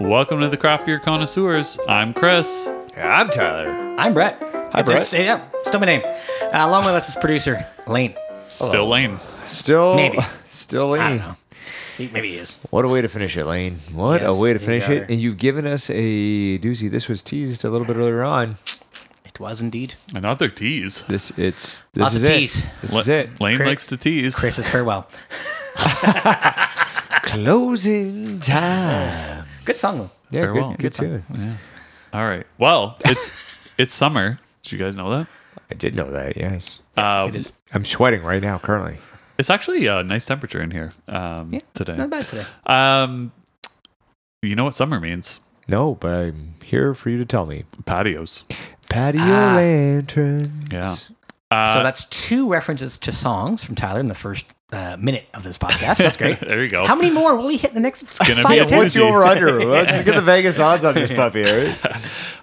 Welcome to the Craft Beer Connoisseurs. I'm Chris. I'm Tyler. I'm Brett. Hi, Brett. yeah, still my name. Uh, along with us is producer Lane. Still Lane. Still, Maybe. still I don't Lane. know. He, maybe he is. What a way to finish it, Lane. What Yes, a way to you finish got it. her. And you've given us a doozy. This was teased a little bit earlier on. It was indeed. Another tease. This it's this Lots of is it. tease. This La- is it. Lane Chris- likes to tease. Chris's farewell. Closing time. Good song though. Yeah, Farewell. good, good tune. All right. Well, it's it's summer. Did you guys know that? I did know that. Yes, Um, It is. I'm sweating right now currently. It's actually a nice temperature in here um, today. Not bad today. Um, you know what summer means? No, but I'm here for you to tell me. Patios. Patio Ah. lanterns. Yeah. so that's two references to songs from Tyler in the first uh, minute of this podcast. That's great. There you go. How many more will he hit in the next gonna five be a or ten? woozy. What's your over under? Let's get the Vegas odds on this puppy, all right?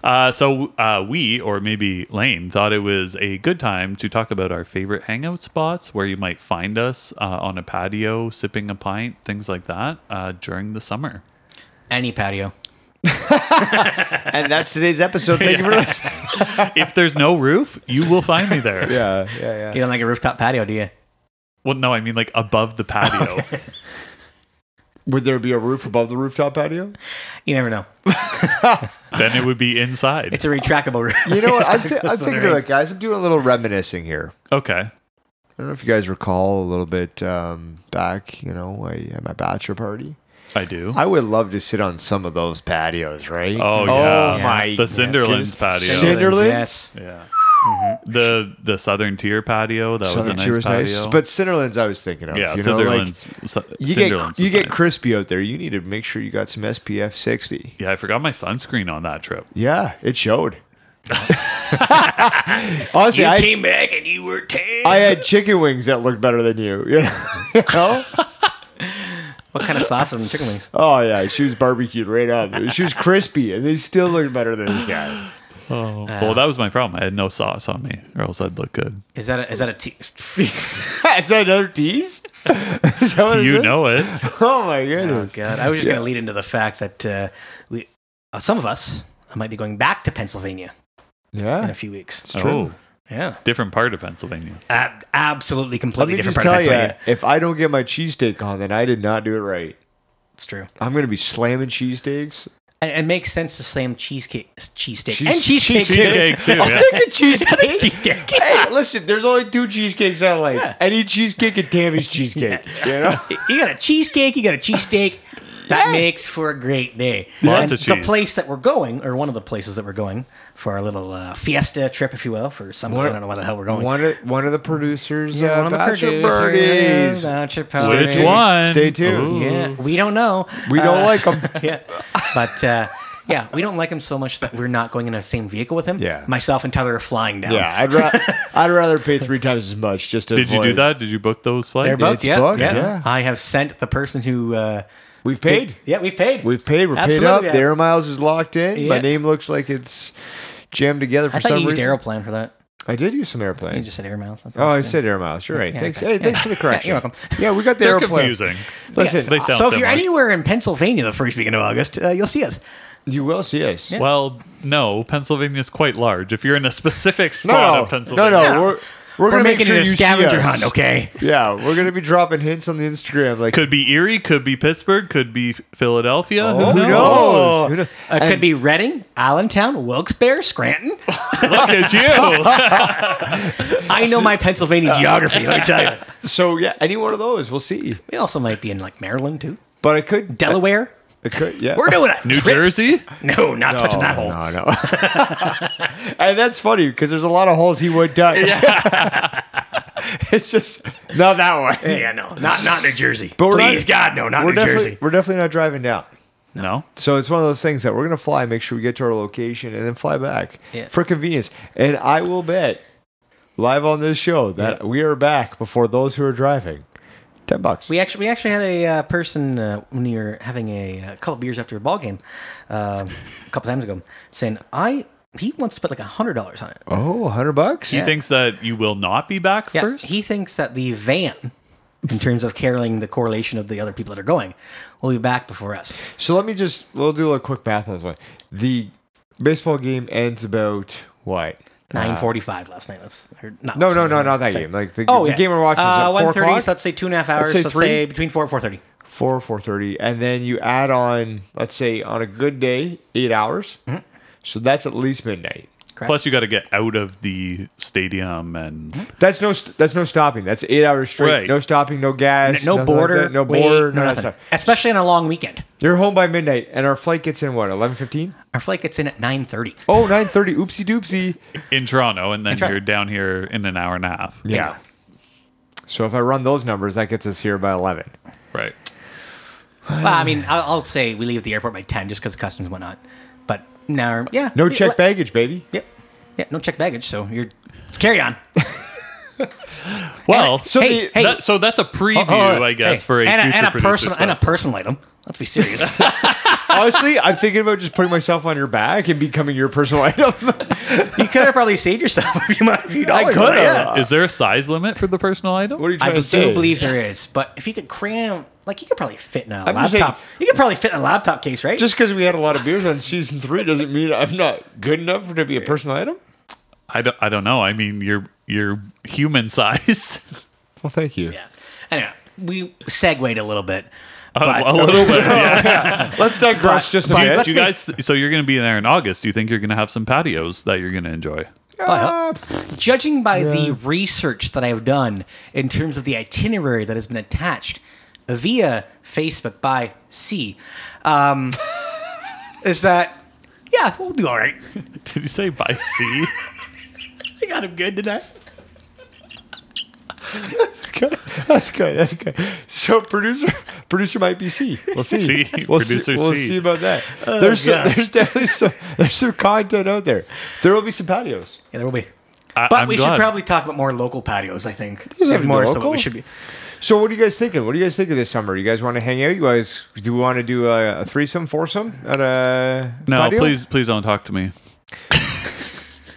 Uh, so uh, we, or maybe Lane, thought it was a good time to talk about our favorite hangout spots where you might find us uh, on a patio, sipping a pint, things like that uh, during the summer. Any patio. And that's today's episode. Thank you for listening. if there's no roof, you will find me there. Yeah, yeah, You yeah. don't like a rooftop patio, do you? Well, no, I mean like above the patio. Would there be a roof above the rooftop patio? You never know. then it would be inside. It's a retractable roof. You know what? I'm, It's thi- I'm what it thinking of is. it, guys. I'm doing a little reminiscing here. okay. I don't know if you guys recall a little bit um, back, you know, I, at my bachelor party. I do. I would love to sit on some of those patios, right? Oh, yeah. my The Cinderlands patio. Cinderlands? Yes. yeah. The the southern tier patio that was a Mm-hmm. Southern nice Tier patio. But Cinderlands, I was thinking of. yeah, you know, like, Cinderlands. Su- you Cinderlands get you was get nice. crispy out there. You need to make sure you got some SPF 60. Yeah, I forgot my sunscreen on that trip. Yeah, it showed. Honestly, You I, came back and you were tan. I had chicken wings that looked better than you. You know? what kind of sauce and chicken wings? oh yeah, she was barbecued right up. She was crispy, and they still looked better than this guy. Oh, well, that was my problem. I had no sauce on me, or else I'd look good. Is that a, is that a tea? is that another tease? Is that what it You is? know it. Oh my Oh goodness. God! I was just going to lead into the fact that uh, we, uh, some of us, might be going back to Pennsylvania in Yeah. a few weeks. true. Oh, Yeah, different part of Pennsylvania. Ab- absolutely, Let completely me different just part of tell you, Pennsylvania. if I don't get my cheesesteak on, then I did not do it right. It's true, I'm gonna be slamming cheesesteaks. and it makes sense to slam cheesecake, cheesesteak, Cheese- and cheesecake. cheesecake. Cheesecake too. I'll Yeah. take a cheesecake. cheesecake. hey, listen, there's only two cheesecakes I like. Any cheesecake and Tammy's cheesecake. You know? you got a cheesecake. You got a cheesesteak. That Yeah. makes for a great day. Lots And of The cheese. place that we're going, or one of the places that we're going for our little uh, fiesta trip, if you will, for some I don't know where the hell we're going. One of one of the producers. Yeah, uh, one of the Bachelor Birdies. producers, Bachelor Which Parties. tuned. one? Stay tuned. Ooh. Yeah, we don't know. Hmm. We Uh, don't like 'em. like them. yeah, but uh, yeah, we don't like him so much that we're not going in the same vehicle with him. Yeah. myself and Tyler are flying down. Yeah, I'd, ra- I'd rather pay three times as much just to. Did you do avoid- that? Did you book those they're flights? both It's yeah, booked, yeah. yeah. I have sent the person who uh, We've paid. yeah, we've paid. We've paid. We're Absolutely, paid up. yeah. The air miles is locked in. My Yeah. name looks like it's jammed together for I thought some you used reason. aeroplan for that. I did use some You airplane. just said air miles. That's Oh, I awesome. said air miles. You're right. Yeah, thanks. okay. Hey, thanks for the correction. you're welcome. Yeah, we got the They're airplane. confusing. Listen, They sound so if similar. you're anywhere in Pennsylvania the first weekend of August, uh, you'll see us. you will see us. Well, no, Pennsylvania's quite large. If you're in a specific No, spot no, of no, Pennsylvania, no. We're, we're, We're gonna make making sure it a you see scavenger us. hunt, okay? Yeah, we're gonna be dropping hints on the Instagram. Like, could be Erie, could be Pittsburgh, could be Philadelphia. who knows? Oh. Who knows? Uh, It could be Reading, Allentown, Wilkes-Barre, Scranton. Look at you. I know my Pennsylvania geography. Let me tell you. So yeah, any one of those, we'll see. We also might be in like Maryland too, But I could, Delaware. I could, yeah. We're doing it. New Jersey? No, not touching that hole. No, no. and that's funny because there's a lot of holes he would touch. it's just not that one. Yeah, yeah, no, not not New Jersey. But we're not- Please, God, no, not we're New definitely Jersey. we're definitely not driving down. No. So it's one of those things that we're gonna fly, make sure we get to our location, and then fly back Yeah. for convenience. And I will bet live on this show that we are back before those who are driving. Ten bucks. We actually we actually had a uh, person uh, when you were having a, uh couple beers after a ball game uh, a couple times ago saying I he wants to put like a hundred dollars on it. oh, hundred bucks. He thinks that you will not be back Yeah, first? he thinks that the van in terms of caroling the correlation of the other people that are going. We'll be back before us. So let me just we'll do a little quick math on this one. The baseball game ends about what? Nine forty-five last night. That's or not No, last no, night, no, uh, not that sorry. game. Like the, Oh, the yeah. game we're watching uh, is at four 1:30, o'clock, So let's say two and a half hours. say so let's three. say between four and four thirty. four four thirty, and then you add on, let's say, on a good day, eight hours. Mm-hmm. So that's at least midnight. Plus, you got to get out of the stadium and That's no st- that's no stopping. That's eight hours straight. Right. No stopping. No gas. No nothing like border. that, no wait, border. no none of that nothing. stuff. Especially on a long weekend. You're home by midnight, and our flight gets in what eleven fifteen? Our flight gets in at nine thirty. Oh, 9.30. Oopsie doopsie. in Toronto, and then Toronto. you're down here in an hour and a half. Yeah. So if I run those numbers, that gets us here by eleven. Right. Well, I mean, I'll, I'll say we leave at the airport by ten just because customs and whatnot. But now, yeah, No we- check baggage, baby. Yep. Yeah, no check baggage. So you're it's carry on. Well, So Hey, the- hey. oh, that, so that's a preview, I guess, Hey, for a and future and a producer personal and a spot. personal item. Let's be serious. Honestly, I'm thinking about just putting myself on your back and becoming your personal item. you could have probably saved yourself if you might. If you'd I always- could have. Is there a size limit for the personal item? What are you I trying to do say? believe there is, but if you could cram, like you could probably fit in a I'm just laptop. saying- you could probably fit in a laptop case, right? just because we had a lot of beers on season three doesn't mean I'm not good enough for to be a personal item. I don't. I don't know. I mean, you're you're human size. Well, thank you. yeah. Anyway, we segued a little bit. a Oh, but, little bit. Yeah. Let's digress just a but- Do you- bit. let's do you be- guys? So you're going to be there in August. Do you think you're going to have some patios that you're going to enjoy? Uh, judging by the research that I've done in terms of the itinerary that has been attached via Facebook by C, um, is that yeah, we'll do all right. Did you say by sea? I got him good today. that's good. That's good. That's good. So producer, producer might be C. We'll see. C. We'll Producer see. We'll C. Oh, see about that. there's some, God. there's definitely some there's some content out there. There will be some patios. Yeah, there will be. I- But I'm we glad. should probably talk about more local patios. I think doesn't have Is to be more so local. what we should be. So what are you guys thinking? What do you guys think of this summer? You guys want to hang out? You guys do we want to do a, a threesome, foursome at a No, patio? please, please don't talk to me.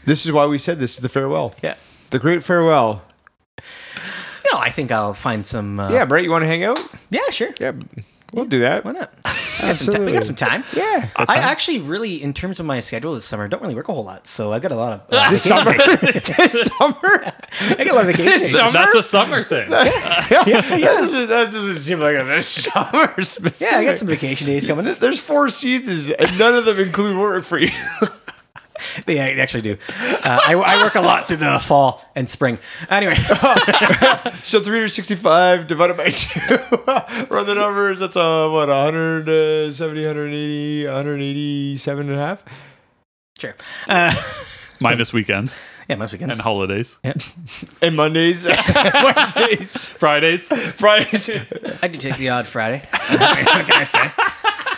This is why we said this is the farewell. Yeah. The great farewell. No, I think I'll find some. Uh, Yeah, Brett, you want to hang out? yeah, sure. Yeah, we'll do that. Why not? We got some ti- we got some time. Yeah. I actually really, in terms of my schedule this summer, don't really work a whole lot, so I got a lot of uh, This summer. this summer. I got a lot of vacation. days. Summer? That's a summer thing. That, doesn't, that doesn't seem like a this summer specific. Yeah, I got some vacation days coming. There's four seasons, and none of them include work for you. They yeah, they actually do. Uh, I, I work a lot through the fall and spring. Anyway, oh, So 365 divided by two. Run the numbers. That's a, uh, what, 170, 180, 187 and a half? sure. Uh, Minus weekends yeah, most weekends. and holidays, Yeah. And Mondays, Wednesdays, Fridays. Fridays. I do take the odd Friday. what can I say?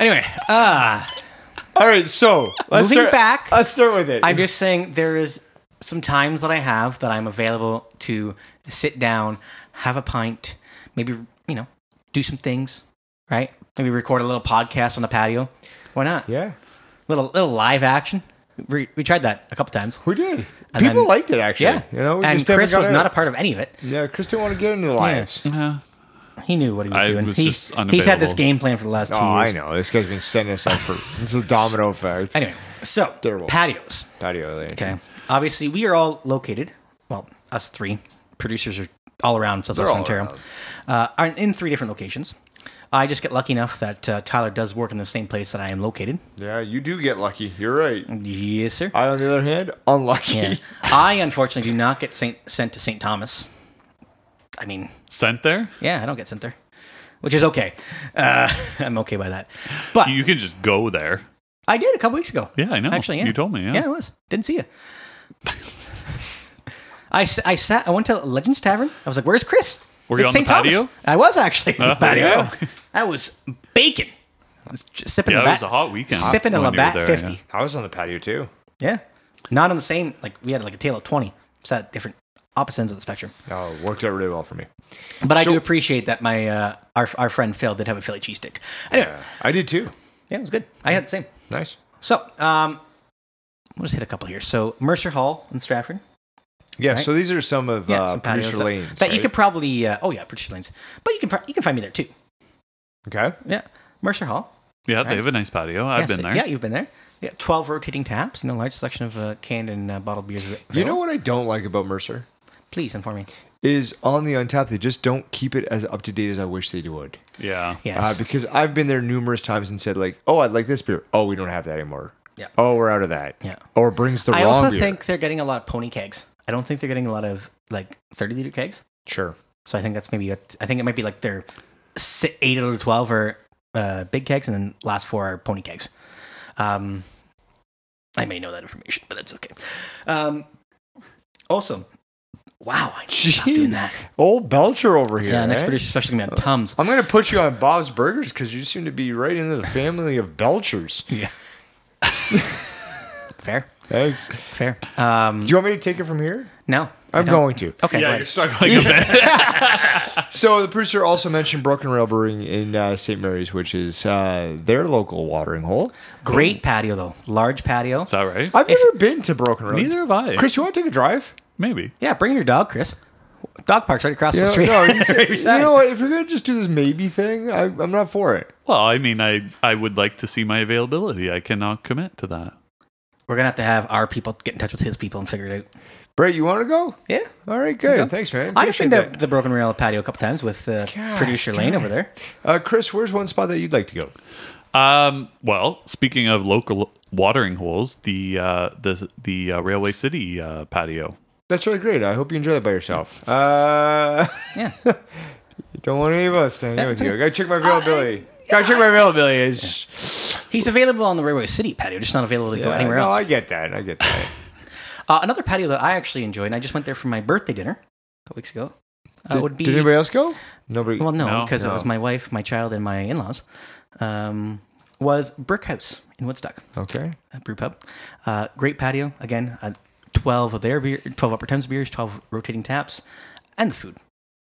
Anyway, uh, All right, so let's Moving start back. Let's start with it. I'm just saying there is some times that I have that I'm available to sit down, have a pint, maybe you know, do some things, right? Maybe record a little podcast on the patio. Why not? yeah, Little little live action. We, we tried that a couple times. we did. And People then- liked it actually. Yeah, you know, we and just haven't Chris was got not a out. part Mm. of any of it. Yeah, Chris didn't want to get into the lives. Yeah. He knew what he was I doing. was he, just he's had this unavailable. game plan for the last two Oh, I years. know. This guy's been setting us up for this is a domino effect. Anyway, so Terrible. patios. Patio. Okay. Obviously, we are all located. Well, us three producers are all around Southwest all Ontario. around. Uh, are in three different locations. I just get lucky enough that uh, Tyler does work in the same place that I am located. Yeah, you do get lucky. You're right. Yes, sir. I, on the other hand, unlucky. Yeah. I unfortunately do not get Saint, sent to St. Thomas. I mean, Sent there. yeah, I don't get sent there, which is okay. Uh, I'm okay by that. But You can just go there. I did a couple weeks ago. Yeah, I know. Actually, yeah. You told me, yeah. Yeah, I was. Didn't see you. I, s- I sat. I went to Legends Tavern. I was like, "Where's Chris?" Were you It's on the St. Thomas. patio? Oh, I was actually on the there you patio. go. I was baking. I was just sipping. Yeah, a it Labatt, was a hot weekend Sipping a when you were Labatt there, fifty. I was on the patio too. Yeah. not on the same. Like we had like a table of twenty. It's at different opposite ends of the spectrum. Oh, it worked out really well for me. But I do appreciate that my uh, our our friend Phil did have a Philly cheese stick. Anyway, yeah. I did too. it was good. I had the same. Nice. So um, we'll just hit a couple here. So Mercer Hall in Stratford. Yeah, Right? so these are some of Yeah, uh, some patios producer that- lanes. that you right? could probably. Uh, oh yeah, producer lanes. But you can pro- you can find me there too. Okay. Yeah, Mercer Hall. Yeah, Right. they have a nice patio. I've Yes, been there. Yeah, you've been there. Yeah, twelve rotating taps. You know, large selection of uh, canned and uh, bottled beers. You know what I don't like about Mercer Please inform me. is on the Untapped. They just don't keep it as up to date as I wish they would. Yeah. Yes. Uh, because I've been there numerous times and said like, "Oh, I'd like this beer. Oh, we don't have that anymore. Yeah. Oh, we're out of that. Yeah. Or brings the I wrong also beer. think they're getting a lot of pony kegs. I don't think they're getting a lot of like thirty liter kegs. sure. So I think that's maybe a, I think it might be like their si- eight out of twelve are uh, big kegs, and then last four are pony kegs. Um, I may know that information, but that's okay. Um, also, wow, I need to stop doing Jeez. that. Old Belcher over here. Yeah, next eh? producer special gonna be on Tums. I'm gonna put you on Bob's Burgers because you seem to be right into the family of Belchers. Yeah. fair, Thanks. fair. Um, Do you want me to take it from here? no, I I'm don't. going to. Yeah, Okay, go you're ahead. struggling a bit. So the producer also mentioned Broken Rail Brewing in uh, St. Mary's, which is uh, their local watering hole. great patio though, large patio. Is that right? I've never been to Broken Rail. Neither have I. Chris, you want to take a drive? Maybe. yeah, bring your dog, Chris. Dog park's right across You the know, street. no, you, said- Right you beside it. know what? If you're gonna just do this maybe thing, I, I'm not for it. Well, I mean, I I would like to see my availability. I cannot commit to that. We're gonna have to have our people get in touch with his people and figure it out. Brett, you want to go? Yeah. All right, good. Thanks, man. I've been Appreciate to that. the Broken Rail patio a couple times with uh, Gosh, producer Lane over there. Uh, Chris, where's one spot that you'd like to go? Um, well, speaking of local watering holes, the uh, the the uh, Railway City uh, patio. That's really great. I hope you enjoy that by yourself. Uh, Yeah. you don't want any of us to hang out with you. I gotta check my availability. Gotta check my availability. He's available on the Railway City patio, just not available to go anywhere no, else. I get that. I get that. uh, another patio that I actually enjoy, and I just went there for my birthday dinner a couple weeks ago. Uh, Did, would be did anybody else go? Nobody. well, no, No. because it No. was my wife, my child, and my in-laws. Um, was Brick House in Woodstock. okay. a brew pub. Uh, great patio. Again, uh, 12 of their beer, 12 Upper Thames beers, 12 rotating taps, and the food.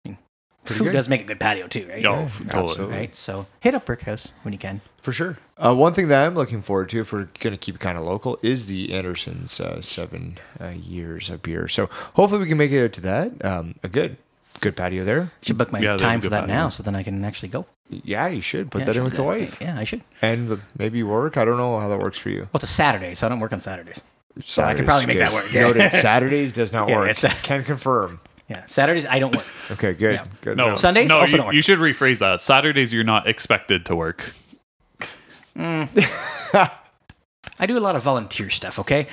I mean, food good. does make a good patio too, right? Oh, totally. absolutely. Right. So hit up Brick House when you can. For sure. Uh, one thing that I'm looking forward to, if we're going to keep it kind of local, is the Anderson's uh, seven uh, years of beer. So hopefully we can make it out to that. Um, a good, good patio there. Should book my Yeah, they have time a for good that patio. now, so then I can actually go. Yeah, you should put Yeah, I that in should with do the wife Yeah, I should. Well, and the- maybe work. I don't know how that works for you. it's a Saturday, so I don't work on Saturdays. So I could probably make that work, yeah. Noted. Saturdays does not Yeah, work. it's- Can confirm. Yeah, Saturdays I don't work. Okay, good. Yeah. Good. No, Sundays No, also you, don't work. you should rephrase that. Saturdays, you're not expected to work. I do a lot of volunteer stuff. Okay,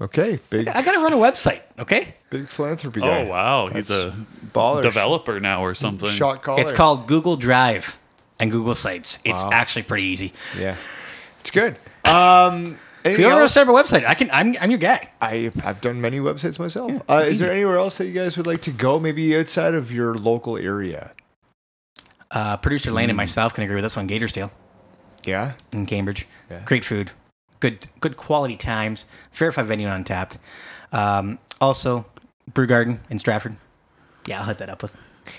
Okay, big I gotta run a website. Okay, big philanthropy guy. Oh wow, he's a Baller. developer now or something. Shot caller. it's called Google Drive and Google Sites. It's Oh, Wow. actually pretty easy. Yeah, it's good. Um, If anything you want to else? start a website, I can. I'm I'm your guy. I, I've done many websites myself. uh, is it's there anywhere else that you guys would like to go? Maybe outside of your local area? Uh, producer Lane Hmm. and myself can agree with this one. Gator's Yeah. in Cambridge. Yeah. Great food, good good quality times. Fairfield venue on Untapped. Um, also, Brew Garden in Stratford. Yeah, I'll hook that up with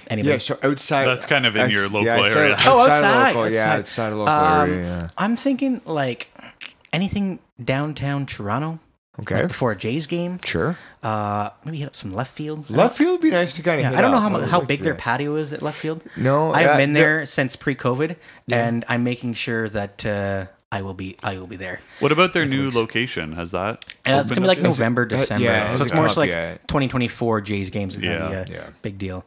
anybody. Yeah. So outside. That's kind of in your local outside- area. Oh, outside, local, Yeah, outside. outside of local Um, area. yeah. I'm thinking like anything downtown Toronto Okay. before a Jays game. Sure. Uh, maybe hit up some left field. Left field would be nice to kind of. I don't know how, mu- how big their patio is at left field. No, I have yeah, been the- there since pre-COVID, and I'm making sure that uh, I will be I will be there. What about their new location? Has that? And it's opened gonna be up like yet? November, December. yeah, so it's it's more gonna so like be a- 2024 Jays games are gonna Yeah. be a Yeah. big deal.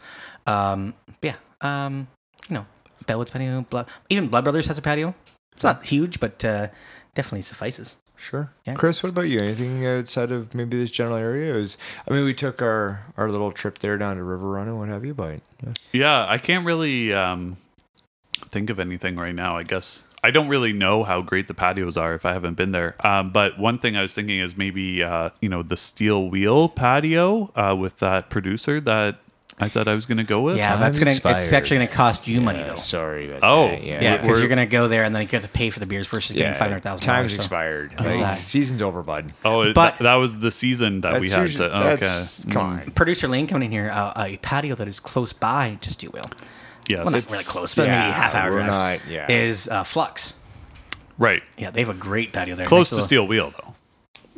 Um, yeah. Um, you know, Bellwood's patio, Blood, even Blood Brothers has a patio. It's not huge, but uh, definitely suffices. Sure. Yeah. Chris, what about you? Anything outside of maybe this general area? It was, I mean, we took our, our little trip there down to River Run and what have you, but yeah. Yeah, I can't really um, think of anything right now. I guess I don't really know how great the patios are if I haven't been there. Um, but one thing I was thinking is maybe uh, you know the steel wheel patio uh, with that producer that I said I was going to go with. yeah, that's Time gonna. It's expired. actually gonna cost you money though. sorry. About Oh, that. Yeah. Yeah, because we're- you're gonna go there and then you have to pay for the beers versus getting five hundred thousand. Time's expired. Like, that? season's over, bud. Oh, it- But- that, that was the season that we had. usually- to, okay. that's- Mm, come on. Producer Lane coming in here, uh, a patio that is close by, just do well. Yes, Well, not it's- really close, but yeah, maybe half hour we're drive. not- yeah. Is uh, Flux. right. Yeah, they have a great patio there. Close Nice to little- steel wheel though.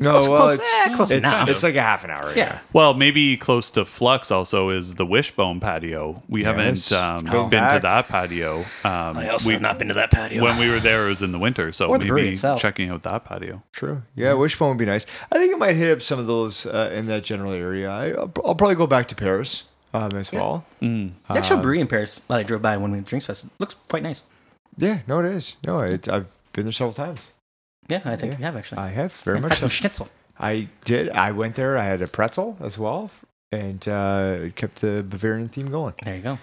No, Close- well, close- it's, eh, close it's, enough. it's like a half an hour. Yeah. Well, maybe close to Flux also is the Wishbone patio. We Yes. haven't um, Oh. been to Back. that patio. Um, I also we- have not been to that patio. when we were there, it was in the winter, so Or the brewery maybe itself. checking out that patio. True. Yeah, Wishbone would be nice. I think it might hit up some of those uh, in that general area. I, I'll, I'll probably go back to Paris um, as well. the Um, actual brewery in Paris that I drove by when we drinks fest it looks quite nice. Yeah, no, it is. No, it, I've been there several times. Yeah, I think Yeah. you have actually. I have very Yeah, much. had some so. schnitzel. I did. I went there. I had a pretzel as well, and uh, it kept the Bavarian theme going. There you go.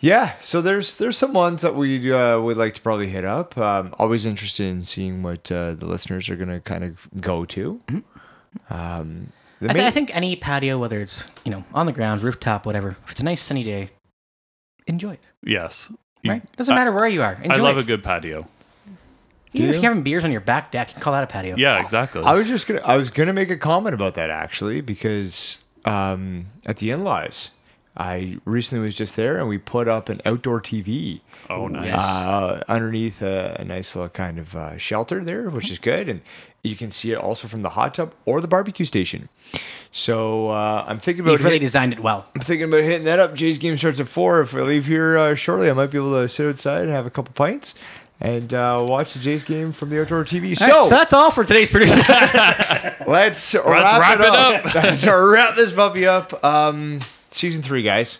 Yeah, so there's there's some ones that we uh, would like to probably hit up. Um, always interested in seeing what uh, the listeners are going to kind of go to. Um, the Mm-hmm. I, th- main- I think any patio, whether it's you know on the ground, rooftop, whatever, if it's a nice sunny day, enjoy it. Yes. You- Right? Doesn't I- matter where you are. Enjoy I love it. a good patio. Even if deal. you're having beers on your back deck, you can call that a patio. Yeah, exactly. I was just gonna I was gonna make a comment about that actually because um, at the in-laws, I recently was just there and we put up an outdoor TV. oh, nice. uh, underneath a, a nice little kind of uh, shelter there, Mm-hmm. which is good. And you can see it also from the hot tub or the barbecue station. So uh, I'm thinking about You've really hit- designed it well. I'm thinking about hitting that up. Jay's game starts at four. If I leave here uh, shortly, I might be able to sit outside and have a couple pints and uh, watch the Jays game from the outdoor TV. All right, So that's all for today's producer. let's, wrap, wrap it it up. let's wrap this puppy up. Um, season three, guys.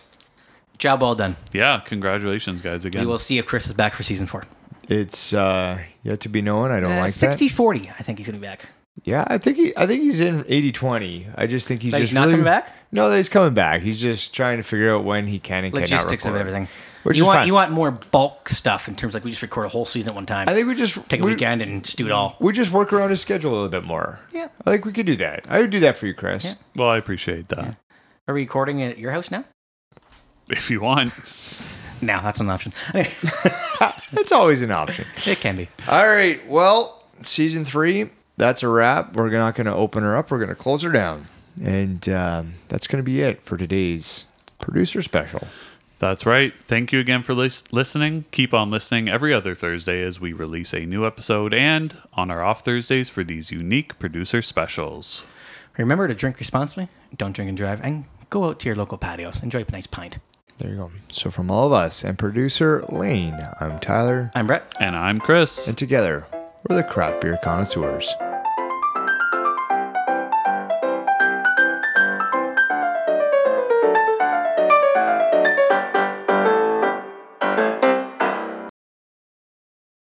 Job well done. yeah, congratulations, guys, again. We Um, will see if Chris is back for season four. It's uh, yet to be known. I don't Uh, like that. 60 40, I think he's going to be back. Yeah, I think he, I think he's in 80-20. I just think he's That just he's not really- coming back? No, that he's coming back. He's just trying to figure out when he can and Logistics cannot record. of everything. Which you is want fine. you want more bulk stuff in terms like we just record a whole season at one time. I think we just Take a we, weekend and just do it all. We just work around his schedule a little bit more. Yeah. I think we could do that. I would do that for you, Chris. Yeah. well, I appreciate that. Are we recording it at your house now? If you want. No, that's not an option. Anyway, That's always an option. it can be. All right. Well, season three. That's a wrap. We're not going to open her up. We're going to close her down, and um, that's going to be it for today's producer special. That's right. Thank you again for lis- listening. Keep on listening every other Thursday as we release a new episode and on our off Thursdays for these unique producer specials. Remember to drink responsibly, don't drink and drive, and go out to your local patios. Enjoy a nice pint. There you go. So from all of us and producer Lane, I'm Tyler. I'm Brett. And I'm Chris. and together we're the craft beer connoisseurs.